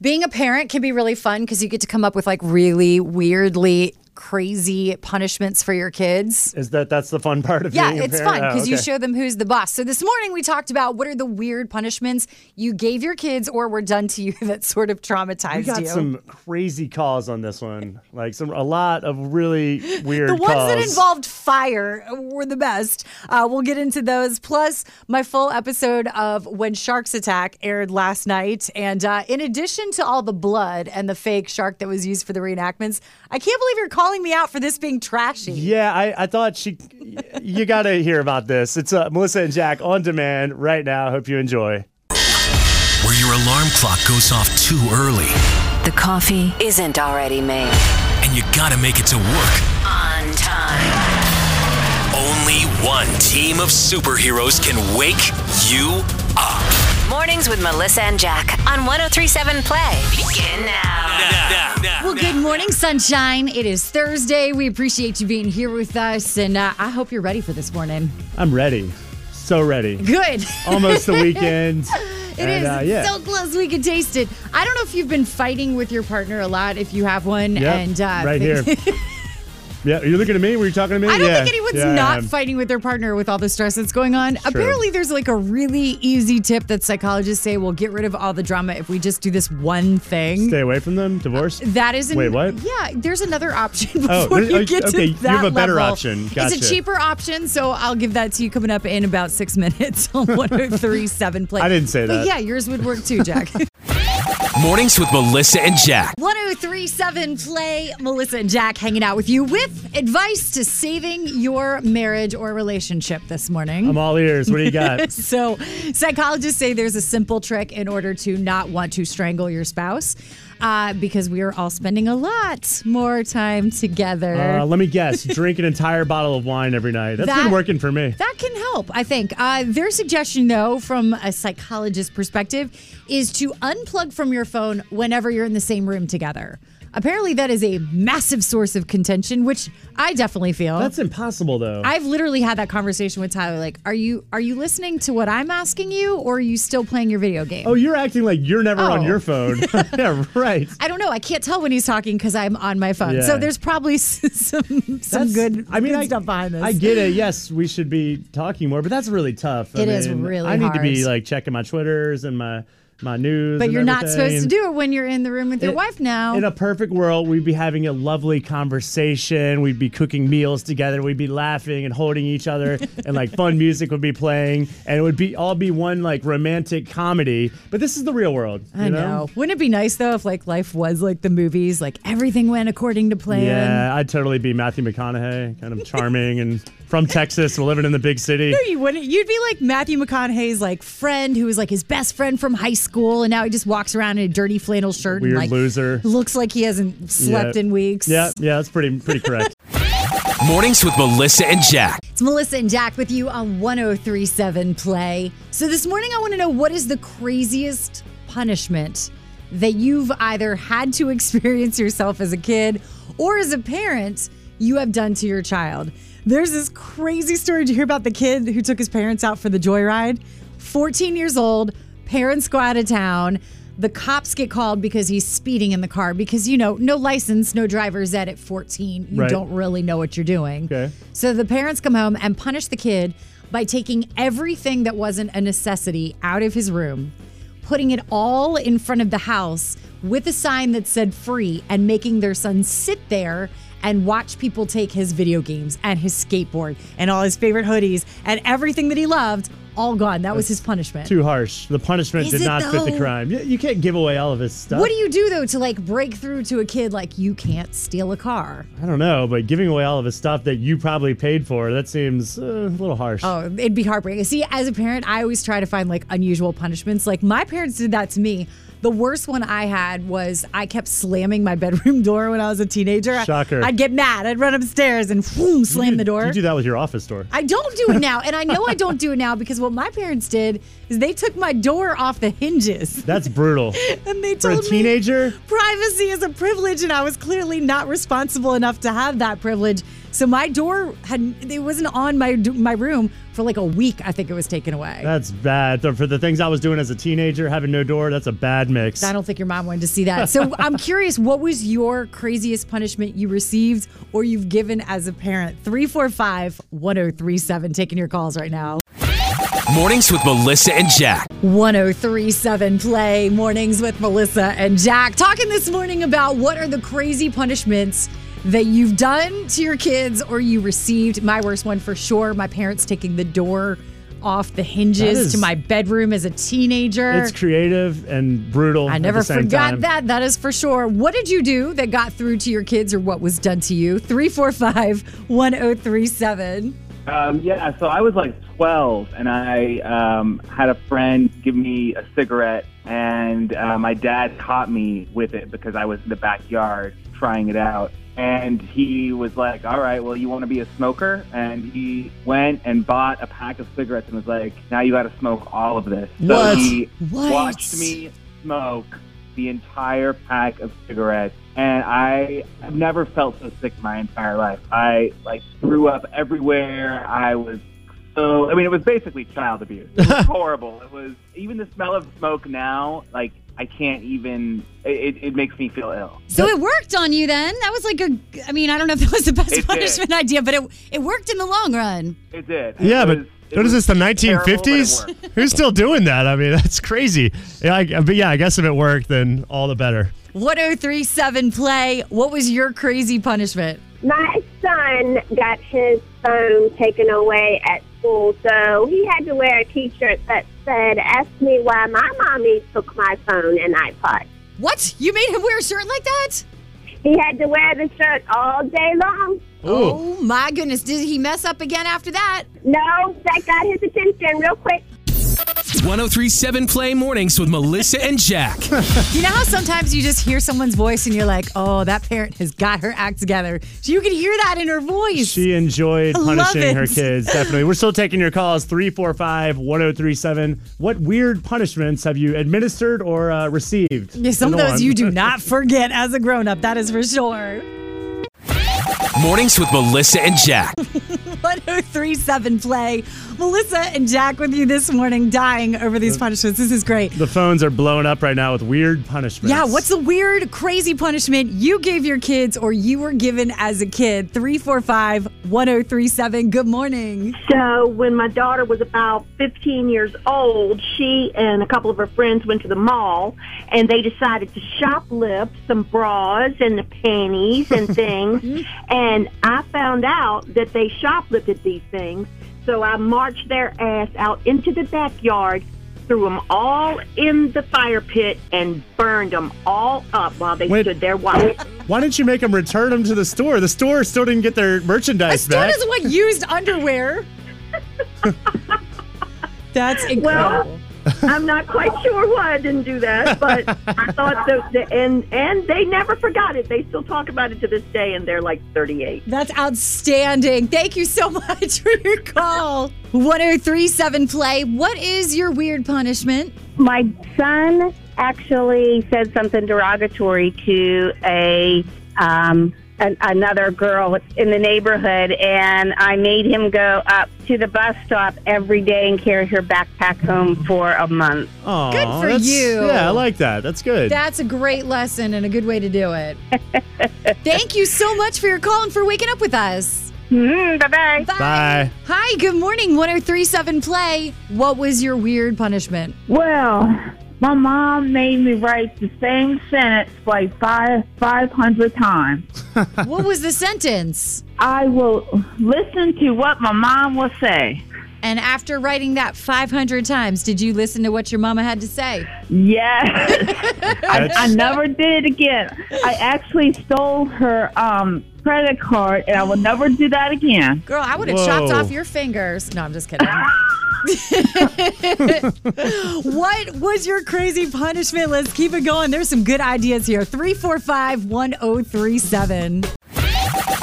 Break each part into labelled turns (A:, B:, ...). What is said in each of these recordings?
A: Being a parent can be really fun because you get to come up with like really weirdly crazy punishments for your kids.
B: Is that that's the fun part of
A: Yeah,
B: being a
A: it's fun
B: parent?
A: because
B: oh,
A: you
B: okay.
A: show them who's the boss. So this morning we talked about what are the weird punishments you gave your kids or were done to you that sort of traumatized
B: We got
A: you.
B: some crazy calls on this one, like some a lot of really weird.
A: the ones that
B: calls.
A: involved fire were the best. Uh, we'll get into those. Plus, my full episode of When Sharks Attack aired last night. And uh, in addition to all the blood and the fake shark that was used for the reenactments, I can't believe you're calling me out for this being trashy.
B: Yeah, I, I thought she. you got to hear about this. It's uh, Melissa and Jack on demand right now. Hope you enjoy.
C: where your alarm clock goes off too early
D: The coffee isn't already made.
C: and you gotta make it to work.
D: On time.
C: Only one team of superheroes can wake you up.
D: Mornings with Melissa and Jack on 1037 Play. Begin now.
C: Now, now,
A: Well, good morning, sunshine. It is Thursday. We appreciate you being here with us, and uh, I hope you're ready for this morning.
B: I'm ready, so ready.
A: Good.
B: Almost the weekend.
A: It is
B: and, uh, yeah.
A: so close we could taste it. I don't know if you've been fighting with your partner a lot, if you have one,
B: Yep,
A: and uh,
B: right here. yeah, are you looking at me? Were you talking to me?
A: I don't
B: yeah.
A: think anyone's
B: yeah, I
A: not
B: am.
A: fighting with their partner with all the stress that's going on. Apparently, there's like a really easy tip that psychologists say will get rid of all the drama if we just do this one thing.
B: Stay away from them. Divorce.
A: That is an,
B: Wait, what?
A: Yeah, there's another option before
B: Oh, there's-
A: you
B: oh,
A: get
B: okay,
A: to
B: you
A: that
B: have a better
A: level.
B: option.
A: It's
B: Gotcha.
A: a cheaper option, so I'll give that to you coming up in about six minutes on 103.7 Play.
B: I didn't say
A: But
B: that.
A: yeah, yours would work too, Jack.
C: Mornings with Melissa and Jack.
A: 1037 Play, Melissa and Jack hanging out with you with advice to saving your marriage or relationship this morning.
B: I'm all ears. What do you got?
A: So, psychologists say there's a simple trick in order to not want to strangle your spouse uh, because we are all spending a lot more time together.
B: Uh, let me guess. Drink an entire bottle of wine every night. That's
A: That-
B: been working for me.
A: that can help, I think. Uh, their suggestion, though, from a psychologist's perspective, is to unplug from your phone whenever you're in the same room together. Apparently, that is a massive source of contention, which I definitely feel.
B: That's impossible, though.
A: I've literally had that conversation with Tyler. Like, are you are you listening to what I'm asking you, or are you still playing your video game?
B: oh, you're acting like you're never on
A: Oh.
B: your phone. yeah, right.
A: I don't know. I can't tell when he's talking because I'm on my phone. So
B: Yeah.
A: there's probably s- some some good
B: I mean,
A: good
B: I,
A: stuff behind this.
B: I get it. Yes, we should be talking more, but that's really tough. I
A: It is
B: mean,
A: really
B: I need to be
A: hard.
B: like checking my Twitters and my my news.
A: but
B: and
A: you're not supposed to
B: everything.
A: do it when you're in the room with your
B: It-
A: wife now.
B: In a perfect world, we'd be having a lovely conversation. We'd be cooking meals together. We'd be laughing and holding each other, and like fun music would be playing, and it would be all be one like romantic comedy. But this is the real world. You
A: I know. Wouldn't it be nice though if like life was like the movies, like everything went according to plan?
B: Yeah, I'd totally be Matthew McConaughey, kind of charming and from Texas, living in the big city.
A: You wouldn't. You'd be like Matthew McConaughey's like friend who was like his best friend from high school, and now he just walks around in a dirty flannel shirt
B: Weird
A: and like
B: loser.
A: looks like he hasn't slept
B: Yeah.
A: in weeks.
B: Yeah, yeah, that's pretty pretty correct.
C: Mornings with Melissa and Jack.
A: It's Melissa and Jack with you on 1037 Play. So this morning I want to know what is the craziest punishment that you've either had to experience yourself as a kid or as a parent you have done to your child. There's this crazy story to hear about the kid who took his parents out for the joyride. 14 years old, parents go out of town. The cops get called because he's speeding in the car because, you know, no license, no driver's ed at 14. You
B: Right.
A: don't really know what you're doing.
B: Okay.
A: So the parents come home and punish the kid by taking everything that wasn't a necessity out of his room, putting it all in front of the house with a sign that said free, and making their son sit there and watch people take his video games and his skateboard and all his favorite hoodies and everything that he loved all gone. That was his punishment.
B: Too harsh. The punishment
A: Is
B: did
A: it,
B: not fit
A: though?
B: the crime. You, you can't give away all of his stuff.
A: What do you do though to like break through to a kid like you can't steal a car?
B: I don't know, but giving away all of his stuff that you probably paid for, that seems uh, a little harsh.
A: Oh, it'd be heartbreaking. See, as a parent, I always try to find like unusual punishments. Like my parents did that to me. The worst one I had was I kept slamming my bedroom door when I was a teenager. I-
B: Shocker.
A: I'd get mad. I'd run upstairs and whoom, slam the door.
B: You do that with your office door.
A: I don't do it now. And I know I don't do it now because what my parents did is they took my door off the hinges
B: That's brutal.
A: and they
B: For a
A: told me
B: teenager,
A: privacy is a privilege. And I was clearly not responsible enough to have that privilege. So my door had it wasn't on my my room for like a week. I think it was taken away.
B: That's bad. Th- For the things I was doing as a teenager, having no door, that's a bad mix.
A: I don't think your mom wanted to see that. So I'm curious, what was your craziest punishment you received or you've given as a parent? 345 1037. Taking your calls right now.
C: Mornings with Melissa and Jack.
A: 1037 Play Mornings with Melissa and Jack. Talking this morning about what are the crazy punishments that you've done to your kids or you received. My worst one for sure, my parents taking the door off the hinges
B: That is-
A: to my bedroom as a teenager.
B: It's creative and brutal.
A: I
B: at
A: never
B: the same
A: forgot
B: time.
A: that. That is for sure. What did you do that got through to your kids or what was done to you? 345 1037.
E: Um, yeah, so I was like 12, and I um, had a friend give me a cigarette, and uh, my dad caught me with it because I was in the backyard trying it out. And he was like, All right, well, you want to be a smoker? And he went and bought a pack of cigarettes and was like, Now you got to smoke all of this. So
B: What?
E: he
A: What?
E: watched me smoke the entire pack of cigarettes and I have never felt so sick my entire life. I like threw up everywhere. I was so I mean it was basically child abuse. It was horrible. It was even the smell of smoke now, like I can't even it, it, it makes me feel ill.
A: So it worked on you then. That was like a, I mean, I don't know if that was the best
E: It did.
A: punishment idea, but it, it worked in the long run.
E: It did.
F: Yeah,
E: It
F: but
E: was- it
F: what is
E: was
F: this, the
E: terrible, but it
F: 1950s?
E: worked.
F: Who's still doing that? I mean, that's crazy. Yeah, I, but yeah, I guess if it worked, then all the better.
A: 1037 play. What was your crazy punishment?
G: My son got his phone taken away at school, so he had to wear a T-shirt that said, "Ask me why my mommy took my phone and iPod."
A: What? You made him wear a shirt like that?
G: He had to wear the shirt all day long.
A: Oh my goodness. Did he mess up again after that?
G: No, that got his attention real quick.
C: 1037 Play Mornings with Melissa and Jack.
A: You know how sometimes you just hear someone's voice and you're like, oh, that parent has got her act together. So you can hear that in her voice.
B: She enjoyed
A: I love
B: punishing her
A: it.
B: kids, definitely. We're still taking your calls 345 1037. What weird punishments have you administered or uh, received?
A: Yeah, some
B: in
A: of
B: the
A: those
B: one?
A: you do not forget as a grown up, that is for sure.
C: Mornings with Melissa and Jack.
A: 1037 play. Melissa and Jack with you this morning, dying over these punishments. This is great.
B: the phones are blown up right now with weird punishments.
A: Yeah, what's the weird, crazy punishment you gave your kids or you were given as a kid? 345 1037. Good morning.
H: So when my daughter was about 15 years old, she and a couple of her friends went to the mall and they decided to shoplift some bras and panties and things. and I found out that they shoplifted these things. So I marched their ass out into the backyard, threw them all in the fire pit and burned them all up while they
B: Wait.
H: stood there watching.
B: Why didn't you make them return them to the store? The store still didn't get their merchandise
A: Still
B: back.
A: doesn't want used underwear. That's incredible.
H: I'm not quite sure why I didn't do that, but I thought that the, and and they never forgot it. They still talk about it to this day, and they're like 38.
A: That's outstanding. Thank you so much for your call. 1037 play. What is your weird punishment?
I: My son actually said something derogatory to a um, an, another girl in the neighborhood, and I made him go up to the bus stop every day and carry her backpack home for a month.
B: Aw,
A: Good for
B: that's-
A: you.
B: Yeah, I like that. That's good.
A: That's a great lesson and a good way to do it. Thank you so much for your call and for waking up with us.
I: Mm, bye bye.
B: Bye.
A: Hi, good morning. 1037 Play. What was your weird punishment?
J: Well, my mom made me write the same sentence like five five hundred times.
A: What was the sentence?
J: I will listen to what my mom will say.
A: And after writing that 500 times, did you listen to what your mama had to say?
J: Yes, I,
B: That's-
J: I never did it again. I actually stole her um, credit card, and I will never do that again.
A: Girl, I would have chopped
B: Whoa.
A: off your fingers. No, I'm just kidding. what was your crazy punishment? Let's keep it going. There's some good ideas here. 345 1037.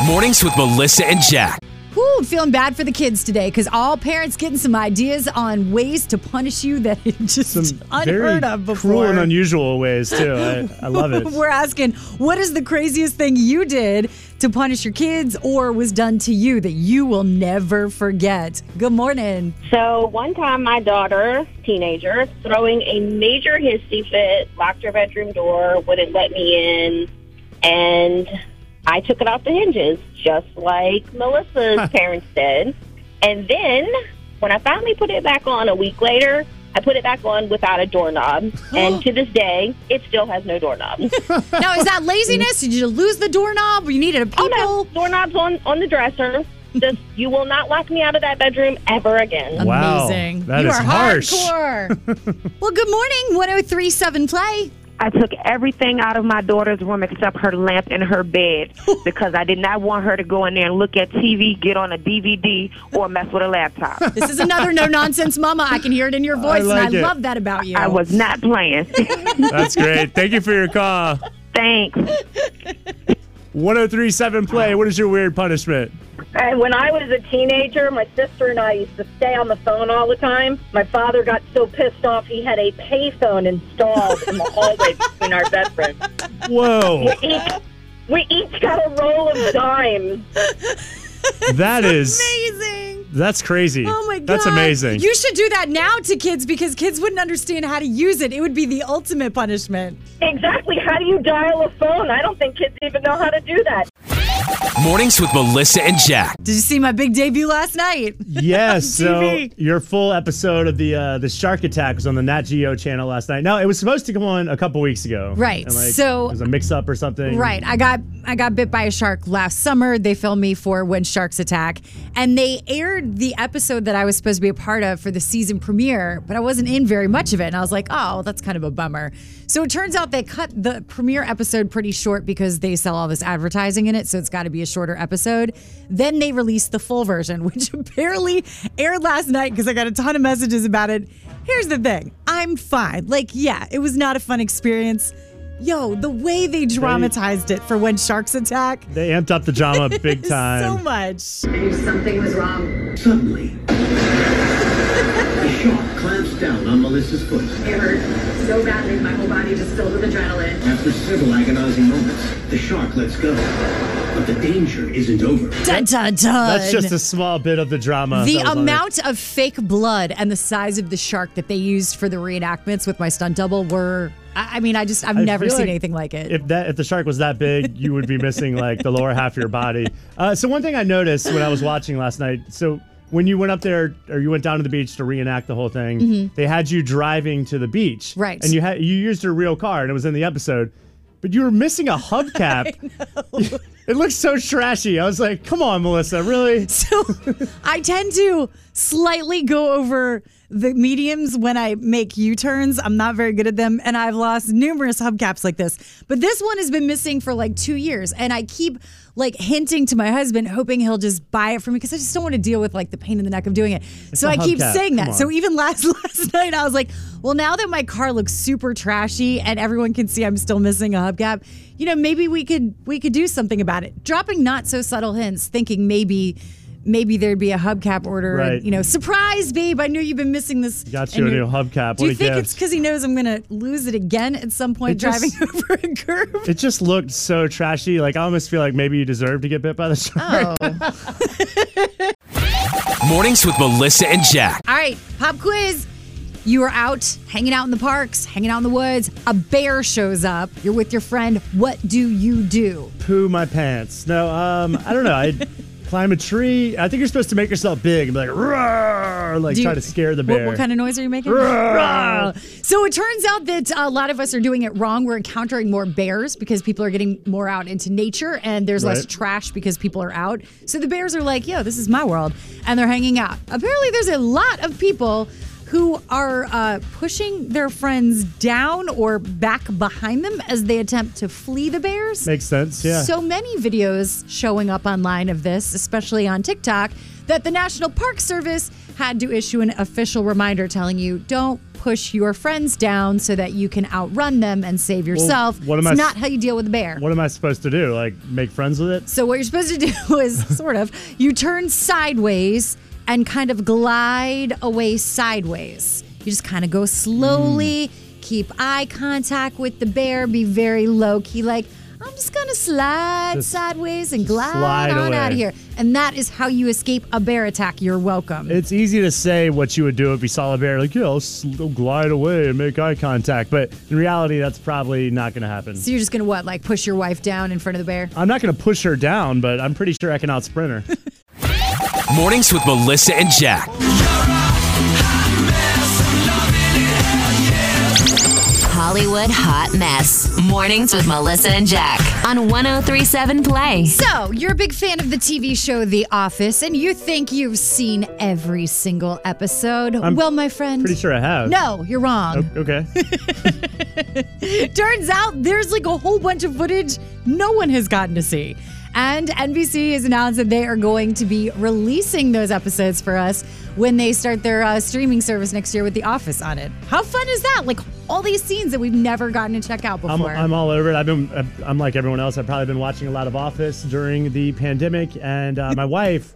C: Mornings with Melissa and Jack.
A: Whew, I'm feeling bad for the kids today because all parents getting some ideas on ways to punish you that is just unheard
B: Very
A: of before.
B: cruel and unusual ways too. I, I love it.
A: We're asking, what is the craziest thing you did to punish your kids or was done to you that you will never forget? Good morning.
K: So one time, my daughter, teenager, throwing a major hissy fit, locked her bedroom door, wouldn't let me in, and I took it off the hinges, just like Melissa's parents did. And then, when I finally put it back on a week later, I put it back on without a doorknob, and to this day, it still has no doorknob.
A: Now, is that laziness? Did you lose the doorknob? You needed a people?
K: Oh, no. Doorknob's on, on the dresser. Just, you will not lock me out of that bedroom ever again.
L: Wow,
A: Amazing.
L: that
A: you
L: is
A: are
L: harsh.
A: hardcore. well, good morning, 1037 Play.
M: I took everything out of my daughter's room except her lamp and her bed because I did not want her to go in there and look at TV, get on a DVD, or mess with a laptop.
A: This is another no nonsense mama. I can hear it in your voice,
L: like
A: and I
L: it.
A: love that about you.
M: I was not playing.
L: That's great. Thank you for your call.
M: Thanks.
B: 1037 play. What is your weird punishment?
N: And when I was a teenager, my sister and I used to stay on the phone all the time. My father got so pissed off he had a payphone installed in the hallway between our bedrooms.
B: Whoa,
N: We each, we each got a roll of dimes.
L: that is
A: amazing.
L: That's crazy.
A: Oh my god.
L: That's amazing.
A: You should do that now to kids because kids wouldn't understand how to use it. It would be the ultimate punishment.
N: Exactly. How do you dial a phone? I don't think kids even know how to do that.
C: Mornings with Melissa and Jack.
A: Did you see my big debut last night?
B: Yes, so
A: TV.
B: your full episode of the uh, the Shark Attack was on the Nat Geo channel last night. No, it was supposed to come on a couple weeks ago.
A: Right,
B: And, like,
A: so-
B: it was a mix up or something.
A: Right. I got I got bit by a shark last summer. They filmed me for When Sharks Attack, and they aired the episode that I was supposed to be a part of for the season premiere, but I wasn't in very much of it, and I was like, oh, well, that's kind of a bummer. So it turns out they cut the premiere episode pretty short because they sell all this advertising in it, so it's got to be a shorter episode. Then they released the full version, which apparently aired last night because I got a ton of messages about it. Here's the thing. I'm fine. Like, yeah, it was not a fun experience. Yo, the way they dramatized it for when sharks attack.
B: They amped up the drama big
A: So
B: time.
A: much.
O: I knew something was wrong. Suddenly, the shark clamps down on Melissa's foot.
P: It hurt so badly, my whole body just filled with adrenaline.
O: After several agonizing moments, the shark lets go. But the danger isn't over.
A: Dun, dun, dun.
B: That's just a small bit of the drama.
A: The
B: that was on there.
A: amount of fake blood and the size of the shark that they used for the reenactments with my stunt double were, I I mean, I just, I've
B: I
A: never
B: feel
A: seen
B: like
A: anything like it.
B: If that if the shark was that big, you would be missing like the lower half of your body. Uh, so one thing I noticed when I was watching last night, so when you went up there or you went down to the beach to reenact the whole thing,
A: Mhm.
B: they had you driving to the beach,
A: Right.
B: And you had you used your real car, and it was in the episode, but you were missing a hubcap. it looked so trashy. I was like, come on, Melissa, really?
A: So I tend to slightly go over the mediums when I make U turns. I'm not very good at them, and I've lost numerous hubcaps like this. But this one has been missing for like two years, and I keep like hinting to my husband, hoping he'll just buy it for me because I just don't want to deal with like the pain in the neck of doing it. so
B: a
A: I keep
B: hubcap.
A: saying
B: Come
A: that. So
B: on.
A: even last last night, I was like, well, now that my car looks super trashy and everyone can see I'm still missing a hubcap, you know, maybe we could we could do something about it. Dropping not so subtle hints, thinking maybe maybe there'd be a hubcap order
B: Right.
A: and you know surprise babe i knew you've been missing this
B: Got
A: and
B: you a
A: you're-
B: new hubcap.
A: do
B: What
A: you
B: a
A: think
B: gift.
A: it's because he knows i'm gonna lose it again at some point
B: It just-
A: driving over a curve
B: It just looked so trashy. Like I almost feel like maybe you deserve to get bit by the
A: Oh,
B: shark.
C: Mornings with Melissa and Jack.
A: All right, pop quiz. You are out hanging out in the parks, hanging out in the woods. A bear shows up. You're with your friend. What do you do?
B: Poo my pants. No, um, I don't know. I'd climb a tree. I think you're supposed to make yourself big and be like, Rawr, like
A: Do you-
B: try to scare the
A: What-
B: bear.
A: What, kind of noise are you making?
B: Roar.
A: Roar. So it turns out that a lot of us are doing it wrong. We're encountering more bears because people are getting more out into nature and there's less
Q: Right.
A: trash because people are out. So the bears are like, yo, this is my world. And they're hanging out. Apparently, there's a lot of people who are uh, pushing their friends down or back behind them as they attempt to flee the bears.
B: Makes sense. Yeah.
A: So many videos showing up online of this, especially on TikTok, that the National Park Service had to issue an official reminder telling you don't push your friends down so that you can outrun them and save yourself.
B: what
A: it's
B: am I s-
A: not how you deal with a bear.
B: What am I supposed to do? Like make friends with it?
A: So what you're supposed to do is sort of you turn sideways and kind of glide away sideways. You just kind of go slowly,
R: Mm.
A: keep eye contact with the bear, be very low key like I'm just gonna slide
R: Just
A: sideways and glide
R: slide
A: on
R: away.
A: out of here. And that is how you escape a bear attack. You're welcome.
B: It's easy to say what you would do if you saw a bear, like, yeah, I'll, sl- I'll glide away and make eye contact. But in reality, that's probably not going to happen.
A: So you're just gonna what, like push your wife down in front of the bear?
B: I'm not going to push her down, but I'm pretty sure I can out sprint her.
C: Mornings with Melissa and Jack.
D: Hollywood Hot Mess. Mornings with Melissa and Jack on 1037 Play.
A: So, you're a big fan of the TV show The Office, and you think you've seen every single episode.
B: I'm
A: well, my friend.
B: pretty sure I have.
A: No, you're wrong.
B: O- Okay.
A: Turns out there's like a whole bunch of footage no one has gotten to see. And NBC has announced that they are going to be releasing those episodes for us when they start their uh, streaming service next year with The Office on it. How fun is that? Like all these scenes that we've never gotten to check out
B: I'm,
A: before.
B: I'm all over it. I've been, I'm- I'm like everyone else. I've probably been watching a lot of Office during the pandemic, and uh, my wife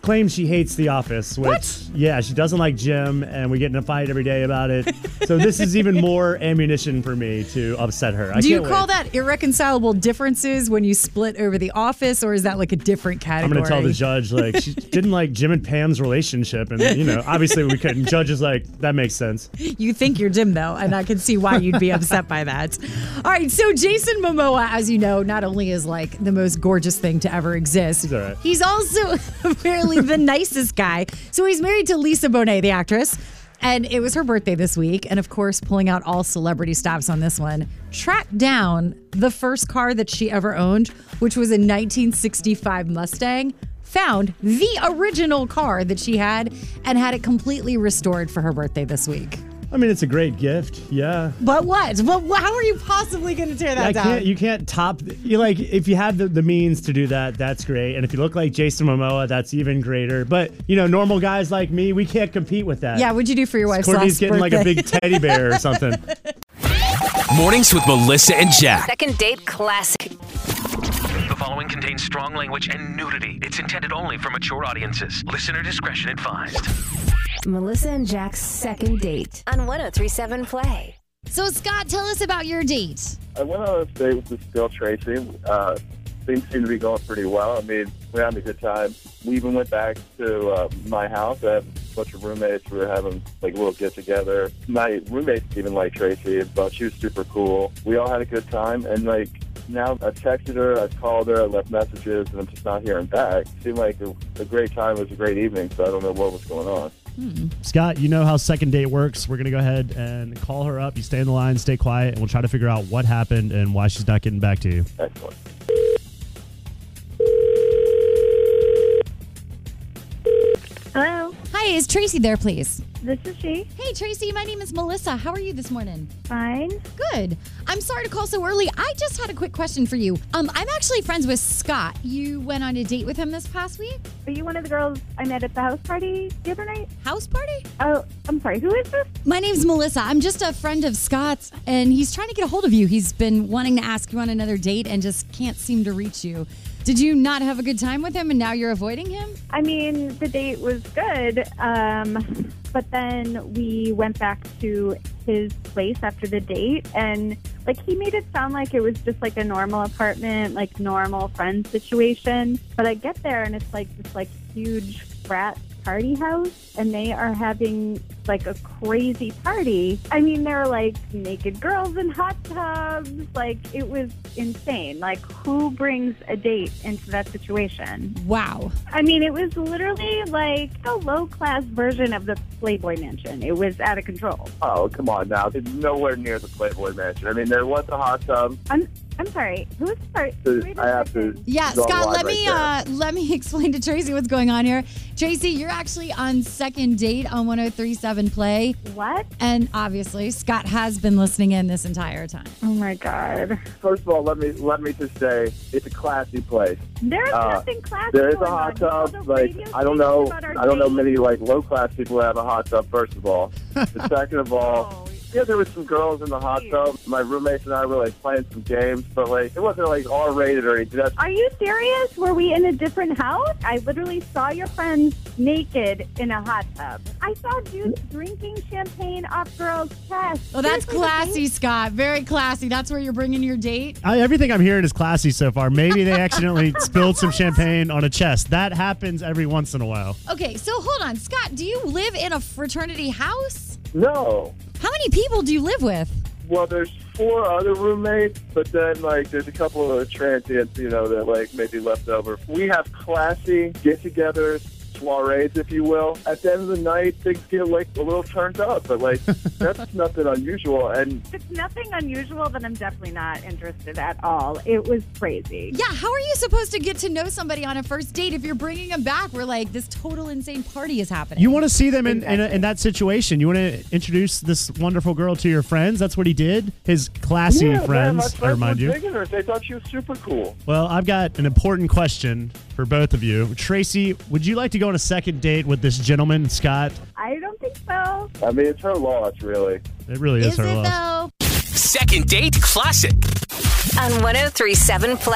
B: claims she hates The Office. Which,
A: What?
B: Yeah, she doesn't like Jim, and we get in a fight every day about it. so this is even more ammunition for me to upset her. I
A: Do you
B: can't
A: call
B: wait.
A: that irreconcilable differences when you split over The Office, or is that like a different
B: I'm
A: category?
B: gonna tell the judge like she didn't like Jim and Pam's relationship, and you know obviously we couldn't. Judge is like that makes sense.
A: You think you're Jim, though, and I can see why you'd be upset by that. All right, so Jason Momoa, as you know, not only is like the most gorgeous thing to ever exist, he's, also apparently the nicest guy. So he's married to Lisa Bonet, the actress, and it was her birthday this week. And of course, pulling out all celebrity stops on this one, tracked down the first car that she ever owned, which was a 1965 Mustang. Found the original car that she had and had it completely restored for her birthday this week.
B: I mean it's a great gift. Yeah.
A: But what? But wh- how are you possibly going to tear that
B: I
A: down?
B: can't. You can't top. You like if you have the, the means to do that, that's great. And if you look like Jason Momoa, that's even greater. But you know, normal guys like me, we can't compete with that.
A: yeah, what'd you do for your wife's last
B: Courtney's getting like a
A: birthday?
B: big teddy bear or something.
C: Mornings with Melissa and Jack.
D: Second date classic.
S: The following contains strong language and nudity. It's intended only for mature audiences. Listener discretion advised.
D: Melissa and Jack's second date on 1037 Play.
A: So, Scott, tell us about your date.
E: I went on a date with this girl, Tracy. Uh, things seemed to be going pretty well. I mean, we had a good time. We even went back to uh, my house. I have a bunch of roommates. We were having like a little get together. My roommates even like Tracy, but she was super cool. We all had a good time, and like now I've texted her, I've called her, I left messages, and I'm just not hearing back. seemed like a, a great time. It was a great evening, so I don't know what was going on.
B: Scott, you know how second date works. We're gonna go ahead and call her up. You stay in the line, stay quiet, and we'll try to figure out what happened and why she's not getting back to you.
E: Excellent.
A: Hello. Hi, is Tracy there, please?
H: This is she.
A: Hey, Tracy, my name is Melissa. How are you this morning?
H: Fine.
A: Good. I'm sorry to call so early. I just had a quick question for you. Um, I'm actually friends with Scott. You went on a date with him this past week?
H: Are you one of the girls I met at the house party the other night?
A: House party?
H: Oh, I'm sorry. Who is this?
A: My name's Melissa. I'm just a friend of Scott's, and he's trying to get a hold of you. He's been wanting to ask you on another date and just can't seem to reach you. Did you not have a good time with him and now you're avoiding him?
H: I mean, the date was good, um, but then we went back to his place after the date, and like he made it sound like it was just like a normal apartment, like normal friend situation. But I get there, and it's like this like huge frat party house, and they are having like a crazy party. I mean, there were like naked girls in hot tubs. Like it was insane. Like who brings a date into that situation?
A: Wow.
H: I mean, it was literally like a low class version of the Playboy Mansion. It was out of control.
E: Oh, come on now. It's nowhere near the Playboy Mansion. I mean, there was a hot tub.
H: I'm,
M: I'm sorry. Who's sorry?
E: I have to.
A: Yeah,
E: draw the
A: Scott,
E: line
A: let
E: right
A: me
E: there.
A: uh, let me explain to Tracy what's going on here. Tracy, you're actually on second date on 1037 Play.
M: What?
A: And obviously, Scott has been listening in this entire time.
M: Oh my god.
E: First of all, let me let me just say it's a classy place.
M: There is
E: Uh,
M: nothing classy.
E: There is a
M: going on.
E: hot
M: You know
E: tub.
M: the
E: Like
M: radio
E: I don't
M: station
E: know,
M: about our
E: I don't know
M: date?
E: many like low class people that have a hot tub. First of all, the second of all,
M: Oh,
E: yeah, there was some girls in the hot tub. My roommates and I were like playing some games, but like it wasn't like R rated or anything. That's
M: Are you serious? Were we in a different house? I literally saw your friends naked in a hot tub. I saw dudes drinking champagne off girls' chests.
A: Well, that's
M: Seriously, the
A: classy, Scott. Very classy. That's where you're bringing your date.
B: I, everything I'm hearing is classy so far. Maybe they accidentally spilled some champagne on a chest. That happens every once in a while.
A: Okay, so hold on. Scott, do you live in a fraternity house?
E: no.
A: How many people do you live with?
E: Well, there's four other roommates, but then like there's a couple of transients, you know, that like maybe left over. We have classy get-togethers, soirees, if you will. At the end of the night, things get like a little turned up, but like that's nothing unusual. And
M: If it's nothing unusual, then I'm definitely not interested at all. It was crazy.
A: Yeah, how are you supposed to get to know somebody on a first date if you're bringing them back? We're like, this total insane party is happening.
B: You want to see them in, in, in that situation. You want to introduce this wonderful girl to your friends. That's what he did. His classy
E: yeah, man, my
B: friends, I
E: friends
B: remind
E: were
B: you.
E: digging her. They thought she was super cool.
B: Well, I've got an important question for both of you. Tracy, would you like to go on a second date with this gentleman, Scott?
M: I don't think so.
E: I mean, it's her loss, really.
B: It really is, her love.
A: though?
C: Second date classic.
D: On 1037 Play.